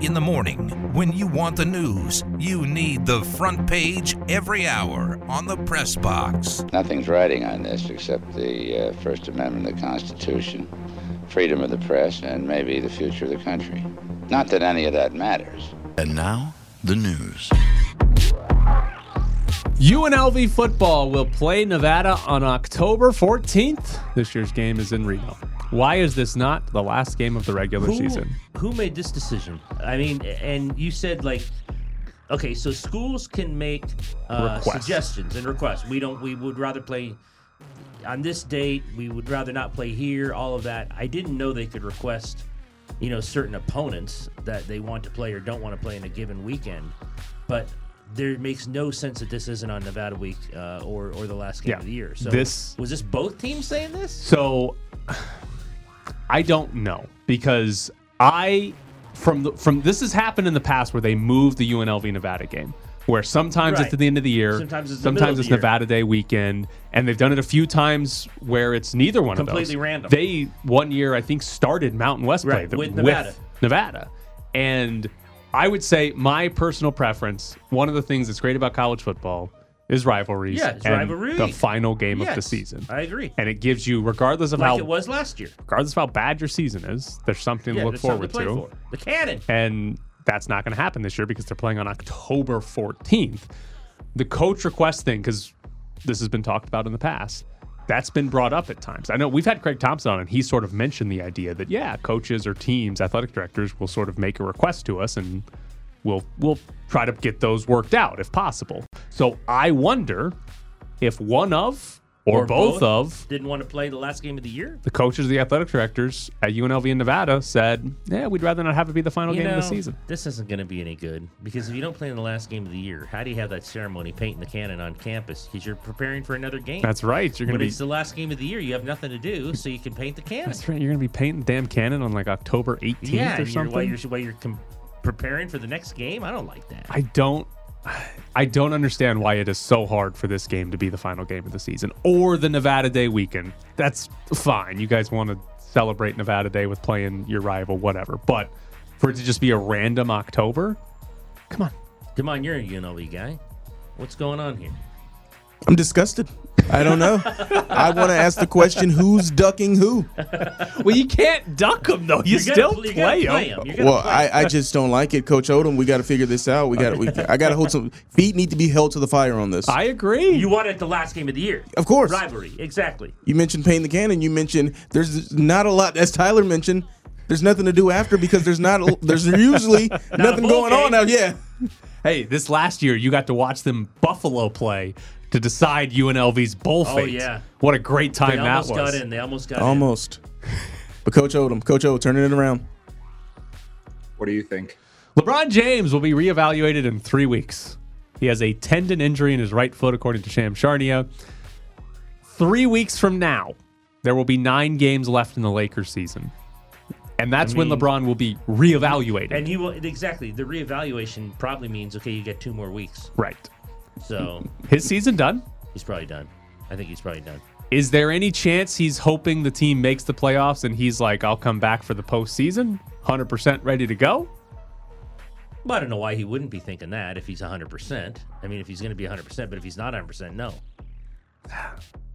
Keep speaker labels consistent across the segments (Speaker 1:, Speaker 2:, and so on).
Speaker 1: in the morning. When you want the news, you need the front page every hour on the press box.
Speaker 2: Nothing's writing on this except the uh, First Amendment, of the Constitution, freedom of the press, and maybe the future of the country. Not that any of that matters.
Speaker 3: And now, the news.
Speaker 4: UNLV football will play Nevada on October 14th. This year's game is in Reno. Why is this not the last game of the regular
Speaker 5: who,
Speaker 4: season?
Speaker 5: Who made this decision? I mean, and you said like, okay, so schools can make uh,
Speaker 4: Requests.
Speaker 5: suggestions and requests. We don't. We would rather play on this date. We would rather not play here. All of that. I didn't know they could request, you know, certain opponents that they want to play or don't want to play in a given weekend. But there makes no sense that this isn't on Nevada week uh, or or the last game
Speaker 4: Yeah.
Speaker 5: of the year. So
Speaker 4: This-
Speaker 5: was this both teams saying this?
Speaker 4: So I don't know because I from the, from this has happened in the past where they moved the UNLV Nevada game where sometimes it's
Speaker 5: Right.
Speaker 4: at the end of the year,
Speaker 5: Sometimes it's the middle
Speaker 4: sometimes
Speaker 5: of
Speaker 4: it's
Speaker 5: the year.
Speaker 4: Nevada Day weekend, and they've done it a few times where it's neither one of those.
Speaker 5: Completely random.
Speaker 4: They one year I think started Mountain West play
Speaker 5: Right,
Speaker 4: the-
Speaker 5: with Nevada.
Speaker 4: Nevada. And I would say my personal preference, one of the things that's great about college football is rivalries.
Speaker 5: Yeah, it's
Speaker 4: and
Speaker 5: rivalry.
Speaker 4: The final game of the
Speaker 5: Yes,
Speaker 4: season.
Speaker 5: I agree.
Speaker 4: And it gives you, regardless of
Speaker 5: Like
Speaker 4: how
Speaker 5: it was last year.
Speaker 4: regardless of how bad your season is, there's something to look
Speaker 5: there's something
Speaker 4: forward
Speaker 5: play for.
Speaker 4: to.
Speaker 5: The cannon.
Speaker 4: And that's not going to happen this year because they're playing on October 14th. The coach request thing, because this has been talked about in the past, that's been brought up at times. I know we've had Craig Thompson on, and he sort of mentioned the idea that, yeah, coaches or teams, athletic directors will sort of make a request to us and we'll, we'll try to get those worked out if possible. So I wonder if one of or, both of
Speaker 5: didn't want to play the last game of the year.
Speaker 4: the coaches, the athletic directors at UNLV in Nevada said, "Yeah, we'd rather not have it be the final
Speaker 5: You
Speaker 4: game of the
Speaker 5: know,
Speaker 4: season."
Speaker 5: This isn't going to be any good because if you don't play in the last game of the year, how do you have that ceremony painting the cannon on campus? Because you're preparing for another game.
Speaker 4: That's right. You're
Speaker 5: when
Speaker 4: gonna be
Speaker 5: it's the last game of the year, you have nothing to do, so you can paint the cannon.
Speaker 4: that's right. You're gonna be painting damn cannon on like October 18th
Speaker 5: Yeah,
Speaker 4: or
Speaker 5: and you're, while
Speaker 4: something.
Speaker 5: you're while you're com- preparing for the next game, I don't like that.
Speaker 4: I don't. I don't understand why it is so hard for this game to be the final game of the season or the Nevada Day weekend. That's fine. You guys want to celebrate Nevada Day with playing your rival, whatever. But for it to just be a random October, come on.
Speaker 5: Come on, you're a UNLV E guy. What's going on here?
Speaker 6: I'm disgusted. I don't know. I want to ask the question: Who's ducking who?
Speaker 4: Well, you can't duck them though. You
Speaker 5: You're gonna
Speaker 4: still
Speaker 5: pl- you're
Speaker 4: play oh.
Speaker 5: gonna play
Speaker 4: them.
Speaker 5: 'em. You're gonna
Speaker 6: Well, I, I just don't like it, Coach Odom. We got to figure this out. We got we I got to hold some feet need to be held to the fire on this.
Speaker 4: I agree.
Speaker 5: You want it the last game of the year.
Speaker 6: Of course.
Speaker 5: Rivalry, exactly.
Speaker 6: You mentioned pain the cannon. You mentioned there's not a lot, as Tyler mentioned. There's nothing to do after because there's not a, there's usually nothing
Speaker 5: bowl
Speaker 6: going on
Speaker 5: game.
Speaker 6: out. Yeah,
Speaker 4: Hey, this last year you got to watch them Buffalo play to decide UNLV's bowl
Speaker 5: Oh,
Speaker 4: fate.
Speaker 5: yeah.
Speaker 4: what a great time
Speaker 5: They
Speaker 4: that was!
Speaker 5: almost got in. They almost got in.
Speaker 6: almost. But Coach Odom, Coach O, turning it around.
Speaker 7: What do you think?
Speaker 4: LeBron James will be reevaluated in three weeks. He has a tendon injury in his right foot, according to Sham Sharnia. Three weeks from now, there will be nine games left in the Lakers season, and that's when LeBron will be reevaluated.
Speaker 5: And you will exactly the reevaluation probably means okay, you get two more weeks.
Speaker 4: right,
Speaker 5: So
Speaker 4: his season done.
Speaker 5: he's probably done. I think he's probably done.
Speaker 4: Is there any chance he's hoping the team makes the playoffs and he's like, I'll come back for the postseason, 100% ready to go?
Speaker 5: Well, I don't know why he wouldn't be thinking that if he's 100%. I mean, if he's going to be 100%, but if he's not 100%, no.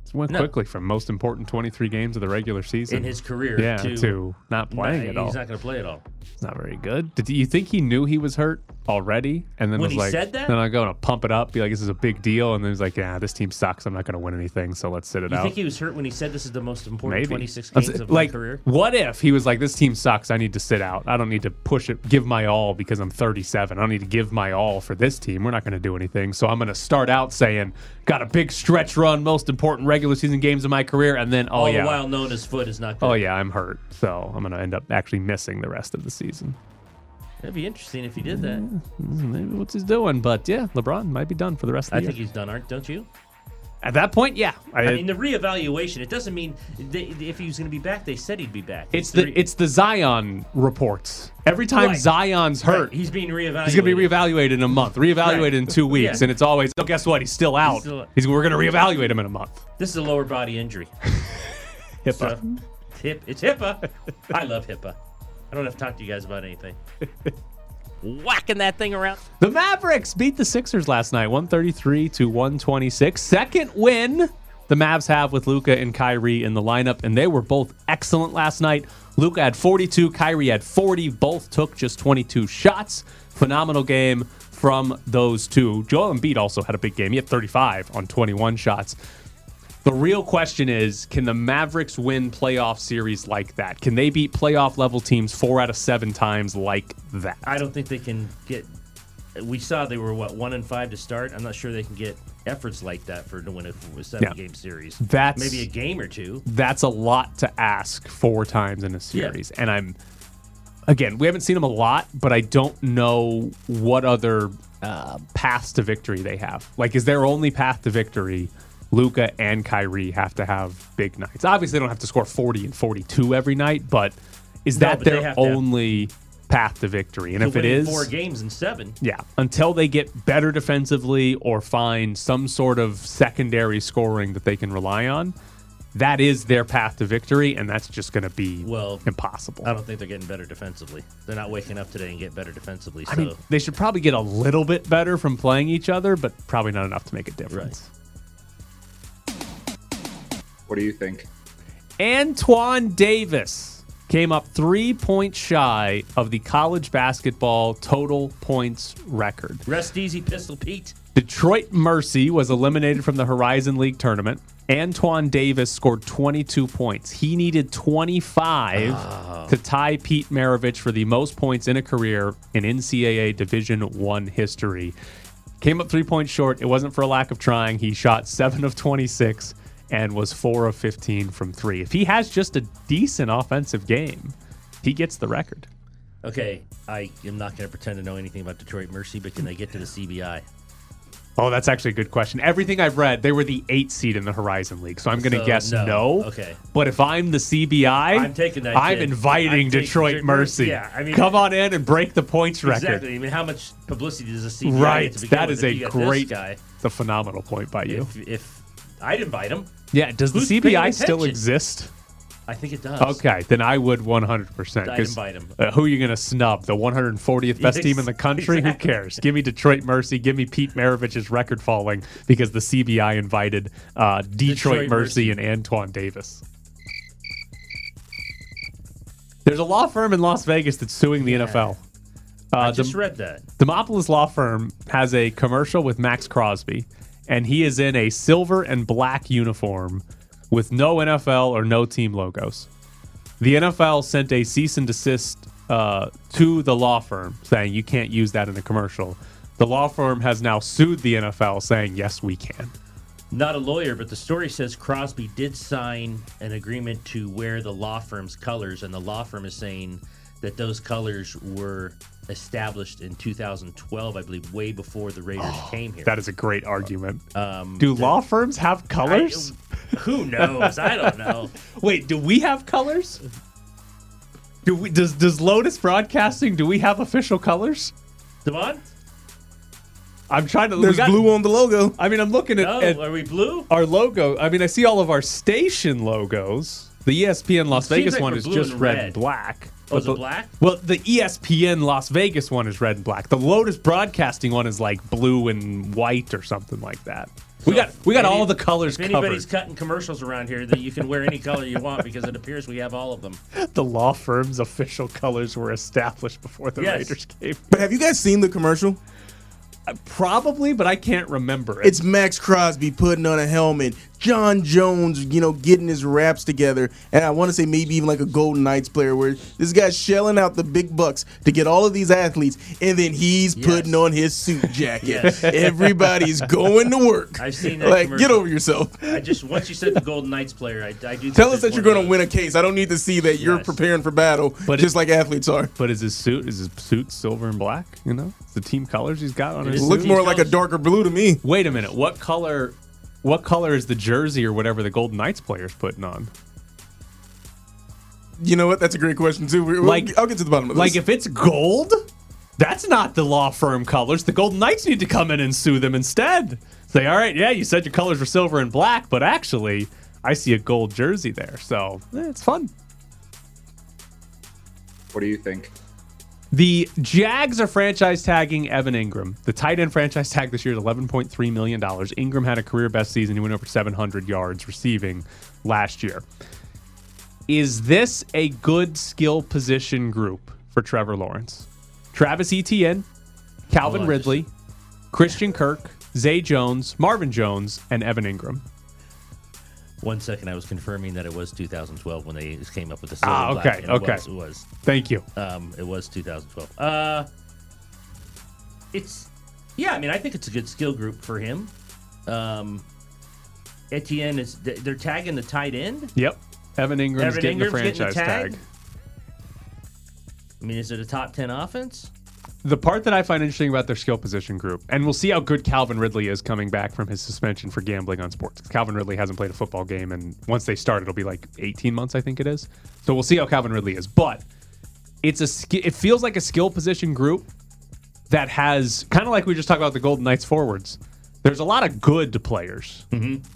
Speaker 4: It's went
Speaker 5: No.
Speaker 4: quickly from most important 23 games of the regular season
Speaker 5: In his career,
Speaker 4: yeah,
Speaker 5: to,
Speaker 4: to, not playing
Speaker 5: he's
Speaker 4: at all.
Speaker 5: not going to play at all.
Speaker 4: it's not very good. Did you think he knew he was hurt already? And then
Speaker 5: When
Speaker 4: was
Speaker 5: he
Speaker 4: like,
Speaker 5: said that?
Speaker 4: then I'm going to pump it up, be like, this is a big deal. And then he's like, yeah, this team sucks. I'm not going to win anything. So let's sit it
Speaker 5: You
Speaker 4: out.
Speaker 5: think he was hurt when he said this is the most important
Speaker 4: Maybe.
Speaker 5: 26
Speaker 4: That's-
Speaker 5: games of
Speaker 4: like,
Speaker 5: my
Speaker 4: Oh,
Speaker 5: career?
Speaker 4: What if he was like, this team sucks. I need to sit out. I don't need to push it, give my all because I'm 37. I don't need to give my all for this team. We're not going to do anything. So I'm going to start out saying, got a big stretch run, most important regular season games of my career. And then, oh,
Speaker 5: All
Speaker 4: yeah.
Speaker 5: the while known as foot is not good.
Speaker 4: Oh, yeah, I'm hurt. So I'm going to end up actually missing the rest of the season. Hmm,
Speaker 5: That'd be interesting if he did that.
Speaker 4: Mm-hmm. Maybe what's he's doing. But yeah, LeBron might be done for the rest of the
Speaker 5: I
Speaker 4: year.
Speaker 5: think he's done, aren't don't you?
Speaker 4: At that point, yeah. I,
Speaker 5: I mean, the reevaluation, it doesn't mean they, if he was going to be back, they said he'd be back.
Speaker 4: it's the
Speaker 5: re-
Speaker 4: it's the Zion reports. Every time
Speaker 5: Right.
Speaker 4: Zion's
Speaker 5: right,
Speaker 4: hurt,
Speaker 5: He's being reevaluated.
Speaker 4: He's gonna be reevaluated in a month, reevaluated
Speaker 5: Right.
Speaker 4: in two weeks,
Speaker 5: Yeah.
Speaker 4: and it's always, oh, guess what? He's still out. He's
Speaker 5: still out.
Speaker 4: we're gonna reevaluate him in a month.
Speaker 5: This is a lower body injury.
Speaker 4: HIPAA.
Speaker 5: So, hip, it's HIPAA. I love HIPAA. I don't have to talk to you guys about anything. whacking that thing around.
Speaker 4: The Mavericks beat the Sixers last night, 133 to 126. Second win the Mavs have with Luca and Kyrie in the lineup, and they were both excellent last night. Luca had 42, Kyrie had 40. Both took just 22 shots. Phenomenal game from those two. Joel Embiid also had a big game. He had 35 on 21 shots. The real question is can the Mavericks win playoff series like that? Can they beat playoff level teams four out of seven times like that?
Speaker 5: I don't think they can get. We saw they were what one and five to start. I'm not sure they can get efforts like that for to win a seven game series.
Speaker 4: That's-
Speaker 5: maybe a game or two.
Speaker 4: that's a lot to ask four times in a series. And I'm, again, we haven't seen them a lot, but I don't know what other uh, paths to victory they have. Like, is their only path to victory? Luca and Kyrie have to have big nights. Obviously, they don't have to score 40 and 42 every night, but is
Speaker 5: No,
Speaker 4: that
Speaker 5: but they
Speaker 4: their
Speaker 5: have to have-
Speaker 4: only path to victory? And
Speaker 5: To
Speaker 4: if it
Speaker 5: winning
Speaker 4: is,
Speaker 5: four games in seven,
Speaker 4: yeah, until they get better defensively or find some sort of secondary scoring that they can rely on, that is their path to victory, and that's just going to be
Speaker 5: Well,
Speaker 4: impossible.
Speaker 5: I don't think they're getting better defensively. They're not waking up today and get better defensively. So
Speaker 4: I mean, they should probably get a little bit better from playing each other, but probably not enough to make a difference.
Speaker 7: What do you think?
Speaker 4: Antoine Davis came up three points shy of the college basketball total points record.
Speaker 5: rest easy, Pistol Pete.
Speaker 4: Detroit Mercy was eliminated from the Horizon League tournament. Antoine Davis scored 22 points. He needed 25 to tie Pete Maravich for the most points in a career in NCAA Division 1 history. Came up 3 points short. It wasn't for a lack of trying. He shot 7 of 26 and was 4 of 15 from 3. If he has just a decent offensive game, he gets the record.
Speaker 5: Okay, I am not going to pretend to know anything about Detroit Mercy, but can they get to the CBI?
Speaker 4: Oh, that's actually a good question. Everything I've read, they were the eight seed in the Horizon League, so I'm going to
Speaker 5: So,
Speaker 4: guess
Speaker 5: no.
Speaker 4: no.
Speaker 5: Okay.
Speaker 4: But if I'm the CBI,
Speaker 5: I'm taking that
Speaker 4: I'm
Speaker 5: kid.
Speaker 4: inviting
Speaker 5: I'm taking
Speaker 4: Detroit
Speaker 5: Detroit-
Speaker 4: Mercy.
Speaker 5: yeah, I mean-
Speaker 4: come on in and break the points record.
Speaker 5: Exactly. I mean, how much publicity does a CBI get
Speaker 4: Right.
Speaker 5: to begin
Speaker 4: That
Speaker 5: with
Speaker 4: is
Speaker 5: if
Speaker 4: a
Speaker 5: you got this
Speaker 4: great,
Speaker 5: guy.
Speaker 4: the phenomenal point by you.
Speaker 5: If, if I'd invite him,
Speaker 4: yeah. Does the
Speaker 5: who's paying
Speaker 4: CBI still
Speaker 5: attention?
Speaker 4: exist?
Speaker 5: I think it does.
Speaker 4: Okay, then I would 100. percent
Speaker 5: I'd invite him.
Speaker 4: Uh, who are you going to snub? The 140th best team in the country?
Speaker 5: Exactly.
Speaker 4: Who cares? Give me Detroit Mercy. Give me Pete Maravich's record falling because the CBI invited uh, Detroit,
Speaker 5: Detroit
Speaker 4: Mercy,
Speaker 5: Mercy.
Speaker 4: and Antoine Davis. There's a law firm in Las Vegas that's suing the NFL. Uh,
Speaker 5: I
Speaker 4: the-
Speaker 5: just read that.
Speaker 4: Demopolis Law Firm has a commercial with Max Crosby, and he is in a silver and black uniform with no NFL or no team logos. The NFL sent a cease and desist uh, to the law firm saying you can't use that in a commercial. The law firm has now sued the NFL saying, yes, we can.
Speaker 5: Not a lawyer, but the story says Crosby did sign an agreement to wear the law firm's colors, and the law firm is saying that those colors were established in 2012, I believe, way before the Raiders came here.
Speaker 4: Oh, That is a great argument.
Speaker 5: um,
Speaker 4: do law firms have
Speaker 5: I-
Speaker 4: colors?
Speaker 5: who knows? I don't know.
Speaker 4: Wait, do we have colors? Do we, does, does Lotus Broadcasting, do we have official colors?
Speaker 5: Devon?
Speaker 4: I'm trying to. we
Speaker 6: There's
Speaker 4: got-
Speaker 6: blue on the logo.
Speaker 4: I mean, I'm looking at,
Speaker 5: No,
Speaker 4: at
Speaker 5: Oh, are we blue?
Speaker 4: our logo. I mean, I see all of our station logos. The E ESPN Las
Speaker 5: Seems
Speaker 4: Vegas
Speaker 5: like
Speaker 4: one
Speaker 5: we're
Speaker 4: is
Speaker 5: blue
Speaker 4: just
Speaker 5: and
Speaker 4: red
Speaker 5: red.
Speaker 4: and black.
Speaker 5: Oh, is
Speaker 4: But
Speaker 5: it
Speaker 4: the-
Speaker 5: black?
Speaker 4: Well, the E ESPN Las Vegas one is red and black. The Lotus Broadcasting one is like blue and white or something like that. we
Speaker 5: So
Speaker 4: got
Speaker 5: if
Speaker 4: we got
Speaker 5: any-
Speaker 4: all the colors
Speaker 5: If anybody's
Speaker 4: covered.
Speaker 5: cutting commercials around here, that you can wear any color you want because it appears we have all of them.
Speaker 4: the law firm's official colors were established before the
Speaker 5: Yes.
Speaker 4: Raiders came.
Speaker 6: But have you guys seen the commercial?
Speaker 4: Probably, but I can't remember it.
Speaker 6: It's Max Crosby putting on a helmet, John Jones, you know, getting his raps together, and I want to say maybe even like a Golden Knights player where this guy's shelling out the big bucks to get all of these athletes, and then he's
Speaker 5: Yes.
Speaker 6: putting on his suit jacket.
Speaker 5: Yes.
Speaker 6: Everybody's going to work.
Speaker 5: I've seen that.
Speaker 6: Like,
Speaker 5: commercial.
Speaker 6: get over yourself.
Speaker 5: I just once you said the Golden Knights player, I, I do.
Speaker 6: Tell us that you're going to win a case. I don't need to see that you're
Speaker 5: Yes.
Speaker 6: preparing for battle,
Speaker 4: But
Speaker 6: just
Speaker 4: it-
Speaker 6: like athletes are.
Speaker 4: but is his suit is his suit silver and black? You know, it's the team colors he's got on
Speaker 5: It
Speaker 4: his
Speaker 5: is
Speaker 4: suit.
Speaker 6: Looks more like a
Speaker 5: Jones.
Speaker 6: darker blue to me.
Speaker 4: Wait a minute. What color? What color is the jersey or whatever the Golden Knights player's putting on?
Speaker 6: You know what? That's a great question too. We- we'll-
Speaker 4: Like-
Speaker 6: I'll get to the bottom of this.
Speaker 4: Like if it's gold, that's not the law firm colors. The Golden Knights need to come in and sue them instead. Say, all right, yeah, you said your colors were silver and black, but actually, I see a gold jersey there, so eh, it's fun.
Speaker 7: What do you think?
Speaker 4: The Jags are franchise tagging Evan Ingram. The tight end franchise tag this year is $11.3 million. Ingram had a career best season. He went over 700 yards receiving last year. Is this a good skill position group for Trevor Lawrence? Travis Etienne, Calvin
Speaker 5: Hold on, Oh, just-
Speaker 4: Ridley, Christian Kirk, Zay Jones, Marvin Jones, and Evan Ingram.
Speaker 5: One second, I was confirming that it was 2012 when they came up with the
Speaker 4: Ah,
Speaker 5: silver
Speaker 4: okay,
Speaker 5: black, and
Speaker 4: okay.
Speaker 5: It was, it was.
Speaker 4: Thank you.
Speaker 5: Um, it was 2012. Uh, it's yeah. I mean, I think it's a good skill group for him. Um, Etienne is they- they're tagging the tight end.
Speaker 4: Yep. Evan Ingram's
Speaker 5: Evan
Speaker 4: getting the
Speaker 5: Ingram's getting the
Speaker 4: franchise
Speaker 5: tag?
Speaker 4: tag.
Speaker 5: I mean, is it a top ten offense?
Speaker 4: The part that I find interesting about their skill position group, and we'll see how good Calvin Ridley is coming back from his suspension for gambling on sports. 'Cause Calvin Ridley hasn't played a football game, and once they start, it'll be like 18 months, I think it is. So we'll see how Calvin Ridley is. But it's a sk- it feels like a skill position group that has kind of like we just talked about the Golden Knights forwards. There's a lot of good players.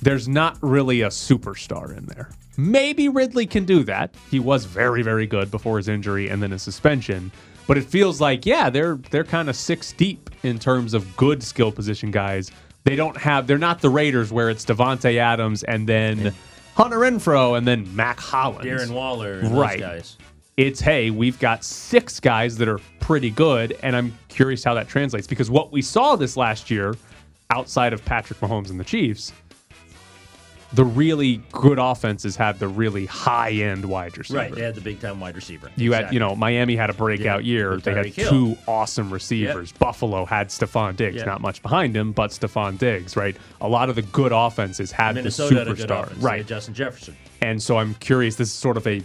Speaker 4: There's not really a superstar in there. Maybe Ridley can do that. He was very, very good before his injury and then his suspension. But it feels like, yeah, they're they're kind of six deep in terms of good skill position guys. They don't have they're not the Raiders where it's Devonte Adams and then Hunter Renfro and then Mac Hollins
Speaker 5: Darren Waller, and
Speaker 4: Right.
Speaker 5: Those guys.
Speaker 4: it's hey, we've got six guys that are pretty good, and I'm curious how that translates because what we saw this last year, outside of Patrick Mahomes and the Chiefs, the really good offenses had the really high end wide receiver.
Speaker 5: Right. They had the big time wide receiver.
Speaker 4: You had, you know, Miami had a breakout
Speaker 5: Yeah,
Speaker 4: year.
Speaker 5: with
Speaker 4: They had
Speaker 5: Tyreek Hill.
Speaker 4: two awesome receivers. Buffalo had Stephon Diggs,
Speaker 5: Yeah.
Speaker 4: not much behind him, but Stephon Diggs, right? A lot of the good offenses had
Speaker 5: Minnesota
Speaker 4: the
Speaker 5: had a good
Speaker 4: superstar,
Speaker 5: offense. They
Speaker 4: right?
Speaker 5: had Justin Jefferson.
Speaker 4: And so I'm curious, this is sort of a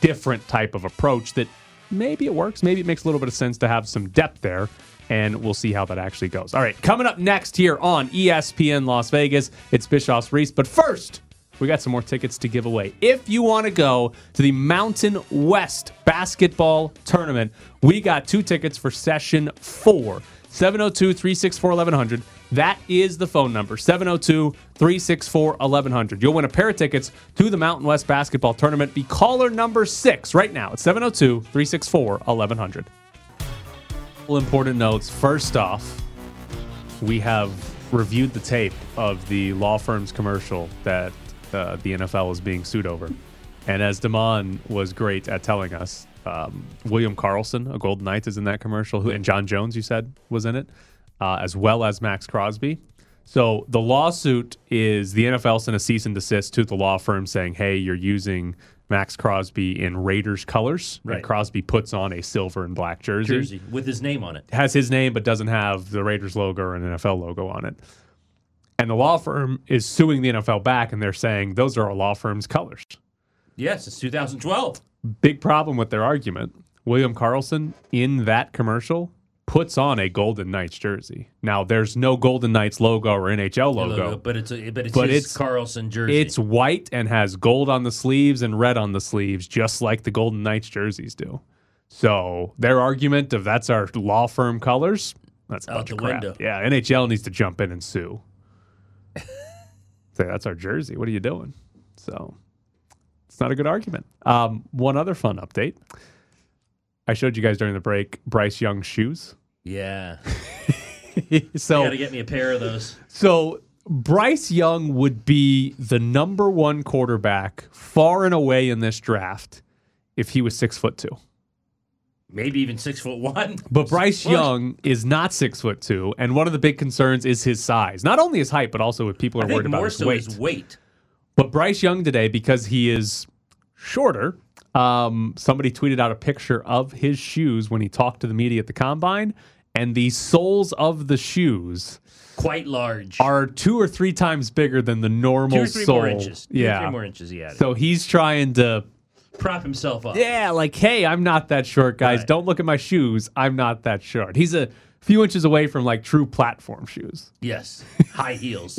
Speaker 4: different type of approach that maybe it works, maybe it makes a little bit of sense to have some depth there. And we'll see how that actually goes. All right, coming up next here on E ESPN Las Vegas, it's Bischoff's Reese. But first, we got some more tickets to give away. If you want to go to the Mountain West Basketball Tournament, we got two tickets for session four 702 364 1100. That is the phone number 702 364 1100. You'll win a pair of tickets to the Mountain West Basketball Tournament. Be caller number six right now at 702 364 1100. Important notes. First off, we have reviewed the tape of the law firm's commercial that uh, the NFL is being sued over. And as Damon was great at telling us, um, William Carlson, a Golden Knights, is in that commercial, who, and John Jones, you said, was in it, uh, as well as Max Crosby. So the lawsuit is the NFL sent a cease and desist to the law firm saying, hey, you're using Max Crosby in Raiders colors.
Speaker 5: Right.
Speaker 4: And Crosby puts on a silver and black jersey
Speaker 5: Jersey with his name on it.
Speaker 4: has his name but doesn't have the Raiders logo or an NFL logo on it. And the law firm is suing the NFL back and they're saying those are our law firm's colors.
Speaker 5: Yes, it's 2012.
Speaker 4: Big problem with their argument. William Carlson in that commercial puts on a Golden Knights jersey. Now there's no Golden Knights logo or NHL logo.
Speaker 5: but it's a, but it's
Speaker 4: But
Speaker 5: his
Speaker 4: it's-
Speaker 5: Carlson jersey.
Speaker 4: It's white and has gold on the sleeves and red on the sleeves, just like the Golden Knights jerseys do. So their argument of that's our law firm colors, that's a
Speaker 5: Out
Speaker 4: bunch of
Speaker 5: the
Speaker 4: crap.
Speaker 5: window.
Speaker 4: Yeah, NHL needs to jump in and sue. Say that's our jersey. What are you doing? So it's not a good argument. Um, one other fun update. I showed you guys during the break Bryce Young's shoes.
Speaker 5: yeah.
Speaker 4: so
Speaker 5: You got to get me a pair of those.
Speaker 4: so Bryce Young would be the number one quarterback far and away in this draft if he was six foot two.
Speaker 5: Maybe even six foot one.
Speaker 4: But Bryce
Speaker 5: What?
Speaker 4: Young is not six foot two, and one of the big concerns is his size. Not only his height, but also if people are
Speaker 5: I
Speaker 4: worried
Speaker 5: think
Speaker 4: about
Speaker 5: more
Speaker 4: his
Speaker 5: so
Speaker 4: weight.
Speaker 5: his weight.
Speaker 4: But Bryce Young today, because he is shorter, um, somebody tweeted out a picture of his shoes when he talked to the media at the combine, and the soles of the shoes
Speaker 5: Quite large.
Speaker 4: are two or three times bigger than the normal
Speaker 5: two or three
Speaker 4: sole.
Speaker 5: more inches. Two
Speaker 4: Yeah.
Speaker 5: or three more inches he added.
Speaker 4: So he's trying to,
Speaker 5: Prop himself up.
Speaker 4: yeah, like, hey, I'm not that short, guys.
Speaker 5: Right.
Speaker 4: Don't look at my shoes. I'm not that short. He's a few inches away from like true platform shoes.
Speaker 5: Yes. High heels.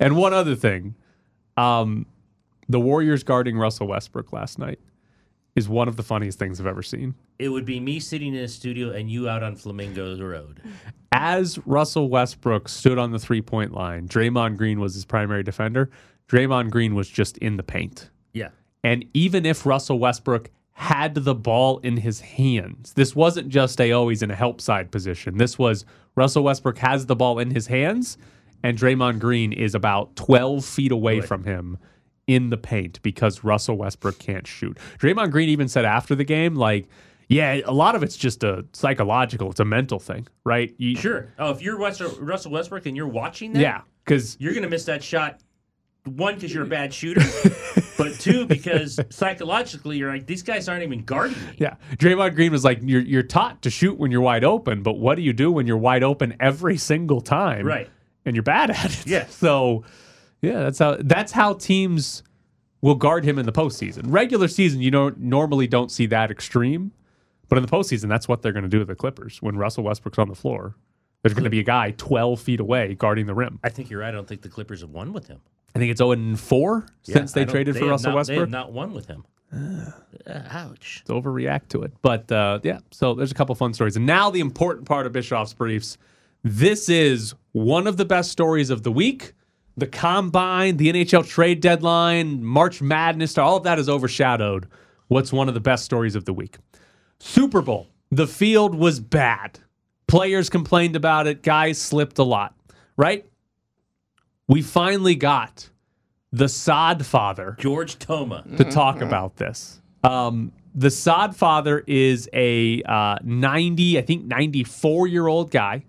Speaker 4: and one other thing, um, the Warriors guarding Russell Westbrook last night is one of the funniest things I've ever seen.
Speaker 5: it would be me sitting in a studio and you out on Flamingo Road.
Speaker 4: As Russell Westbrook stood on the three point line, Draymond Green was his primary defender. Draymond Green was just in the paint.
Speaker 5: Yeah.
Speaker 4: And even if Russell Westbrook had the ball in his hands. This wasn't just a oh he's in a help side position. This was Russell Westbrook has the ball in his hands, and Draymond Green is about 12 feet away from him in the paint because Russell Westbrook can't shoot. Draymond Green even said after the game, like, yeah, a lot of it's just a psychological, it's a mental thing, right? You,
Speaker 5: Sure. Oh, if you're West- Russell Westbrook and you're watching that,
Speaker 4: Yeah, because
Speaker 5: you're going to miss that shot. One, because you're a bad shooter, but two, because psychologically you're like these guys aren't even guarding me.
Speaker 4: Yeah, Draymond Green was like, "You're you're taught to shoot when you're wide open, but what do you do when you're wide open every single time?
Speaker 5: Right.
Speaker 4: and you're bad at it.
Speaker 5: Yes.
Speaker 4: So, yeah, that's how that's how teams will guard him in the postseason. Regular season, you don't normally don't see that extreme, but in the postseason, that's what they're going to do to the Clippers when Russell Westbrook's on the floor. There's going to be a guy 12 feet away guarding the rim.
Speaker 5: I think you're right. I don't think the Clippers have won with him
Speaker 4: I think it's 0 and 4 since
Speaker 5: I
Speaker 4: they
Speaker 5: don't-
Speaker 4: traded
Speaker 5: they
Speaker 4: for
Speaker 5: have not-
Speaker 4: Russell
Speaker 5: They
Speaker 4: Westbrook.
Speaker 5: have not won with him. Uh, ouch.
Speaker 4: to overreact to it. But uh, yeah, so there's a couple fun stories. And now the important part of Bischoff's briefs. This is one of the best stories of the week. The combine, the NHL trade deadline, March Madness, all of that is overshadowed. What's one of the best stories of the week? Super Bowl. The field was bad. Players complained about it. Guys slipped a lot, right? We finally got the sod father
Speaker 5: George Toma.
Speaker 4: to talk about this. Um, the sod father is a uh, 90, I think 94 year old guy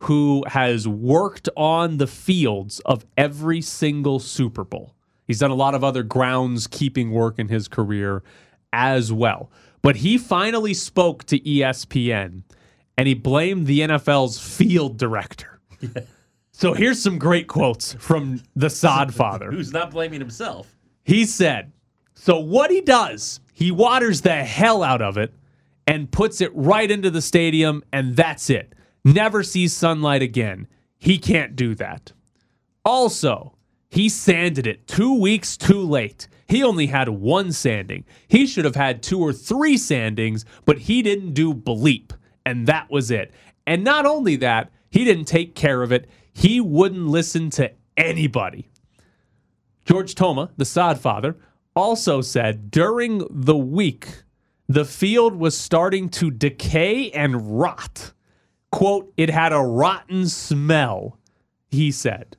Speaker 4: who has worked on the fields of every single Super Bowl. He's done a lot of other groundskeeping work in his career as well. But he finally spoke to E ESPN and he blamed the NFL's field director. So here's some great quotes from the sod father.
Speaker 5: Who's not blaming himself?
Speaker 4: He said, So what he does, he waters the hell out of it and puts it right into the stadium, and that's it. Never sees sunlight again. He can't do that. Also, he sanded it two weeks too late. He only had one sanding. He should have had two or three sandings, but he didn't do bleep, and that was it. And not only that, he didn't take care of it. He wouldn't listen to anybody. George Toma, the sod father, also said during the week the field was starting to decay and rot. Quote, it had a rotten smell, he said.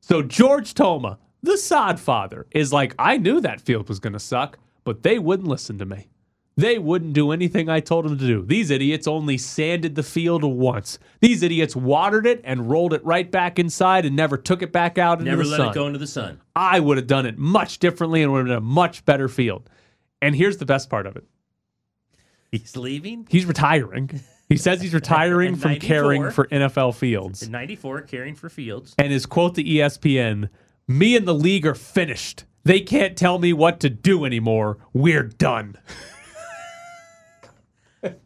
Speaker 4: So George Toma, the sod father, is like, I knew that field was going to suck, but they wouldn't listen to me. They wouldn't do anything I told them to do. These idiots only sanded the field once. These idiots watered it and rolled it right back inside and never took it back out into
Speaker 5: Never
Speaker 4: the
Speaker 5: let
Speaker 4: sun.
Speaker 5: it go into the sun.
Speaker 4: I would have done it much differently and would have been a much better field. And here's the best part of it.
Speaker 5: He's leaving
Speaker 4: He's retiring. He says he's retiring
Speaker 5: At
Speaker 4: from
Speaker 5: 94.
Speaker 4: caring for NFL
Speaker 5: in
Speaker 4: fields.
Speaker 5: '94, caring for Fields.
Speaker 4: And his quote to E ESPN, me and the league are finished. They can't tell me what to do anymore. We're done.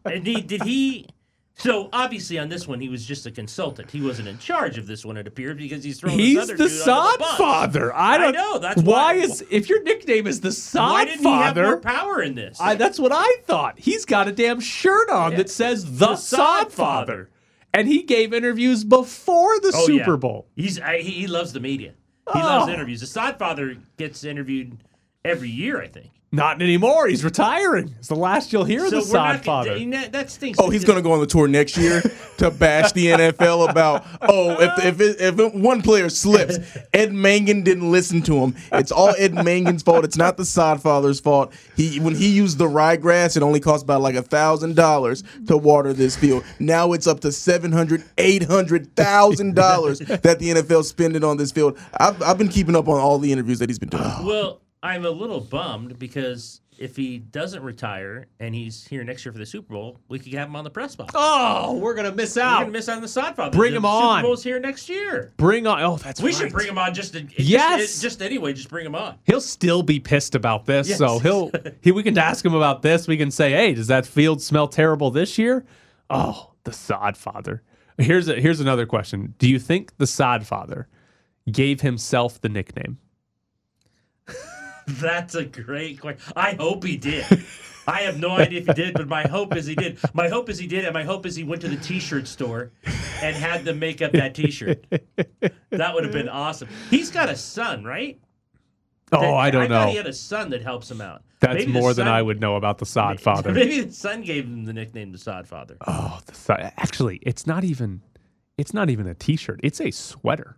Speaker 5: And he, did he? So obviously, on this one, he was just a consultant. He wasn't in charge of this one. It appeared because he's throwing this
Speaker 4: He's
Speaker 5: other
Speaker 4: the
Speaker 5: dude under
Speaker 4: sod
Speaker 5: the bus.
Speaker 4: father. I
Speaker 5: I
Speaker 4: don't
Speaker 5: know, that's
Speaker 4: why,
Speaker 5: why-
Speaker 4: is if your nickname is the
Speaker 5: Why
Speaker 4: sod
Speaker 5: didn't
Speaker 4: father.
Speaker 5: he have more power in this?
Speaker 4: I, that's what I thought. He's got a damn shirt on
Speaker 5: Yeah.
Speaker 4: that says the,
Speaker 5: The
Speaker 4: Sod
Speaker 5: Sod
Speaker 4: Father.
Speaker 5: Father.
Speaker 4: And he gave interviews before the
Speaker 5: Oh, yeah.
Speaker 4: Super Bowl.
Speaker 5: He's I, he he loves the media. He loves
Speaker 4: Oh.
Speaker 5: interviews. The sod father gets interviewed every year, I think.
Speaker 4: Not anymore. He's retiring. It's the last you'll hear of the
Speaker 5: we're
Speaker 4: Sod
Speaker 5: not
Speaker 4: Father.
Speaker 5: gonna- That, that stinks.
Speaker 6: Oh, he's going to go on the tour next year to bash the NFL about, oh, if if, it, if it, one player slips, Ed Mangan didn't listen to him. It's all Ed Mangan's fault. It's not the sod father's fault. He When he used the ryegrass, it only cost about like a $1,000 to water this field. Now it's up to $700,000, $800,000 that the NFL spending on this field. I've, I've been keeping up on all the interviews that he's been doing.
Speaker 5: Well, I'm a little bummed because if he doesn't retire and he's here next year for the Super Bowl, we could have him on the press box.
Speaker 4: oh, we're going to miss
Speaker 5: We're
Speaker 4: out.
Speaker 5: gonna miss out on the sod father.
Speaker 4: Bring
Speaker 5: The
Speaker 4: him on.
Speaker 5: Super Bowl's here next year.
Speaker 4: bring on. Oh, that's
Speaker 5: We
Speaker 4: right.
Speaker 5: should bring him on just to, just-
Speaker 4: Yes.
Speaker 5: just anyway. Just bring him on.
Speaker 4: He'll still be pissed about this.
Speaker 5: Yes.
Speaker 4: So he'll he, we can ask him about this. We can say, "Hey, does that field smell terrible this year?" Oh, the sod father. Here's a, here's another question. Do you think the sod father gave himself the nickname?
Speaker 5: That's a great question. I hope he did. I have no idea if he did, but my hope is he did. My hope is he did, and my hope is he went to the T-shirt store and had them make up that T-shirt. That would have been awesome. He's got a son, right?
Speaker 4: Oh, I don't
Speaker 5: I thought
Speaker 4: know.
Speaker 5: he had a son that helps him out.
Speaker 4: That's
Speaker 5: Maybe the
Speaker 4: more than
Speaker 5: son-
Speaker 4: I would know about the sod father.
Speaker 5: Maybe the son gave him the nickname the Sod Father.
Speaker 4: Oh, the th- actually, it's not even it's not even a t-shirt. It's a sweater.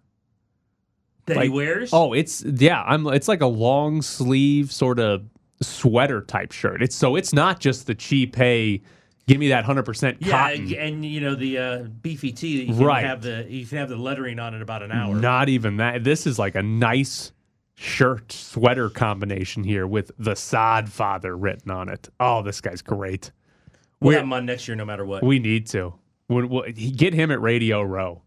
Speaker 5: that he
Speaker 4: Like-
Speaker 5: wears.
Speaker 4: Oh, it's yeah, I'm it's like a long sleeve sort of sweater type shirt. It's so it's not just the cheap hey, give me that 100%
Speaker 5: yeah,
Speaker 4: cotton.
Speaker 5: and you know the uh, beefy tee. that You can
Speaker 4: Right.
Speaker 5: Have the you can have the lettering on in about an hour.
Speaker 4: Not even that. This is like a nice shirt sweater combination here with the sod father written on it. Oh, this guy's great.
Speaker 5: we'll
Speaker 4: we're-
Speaker 5: have him on next year, no matter what.
Speaker 4: We need to. When, when he- get him at Radio Row.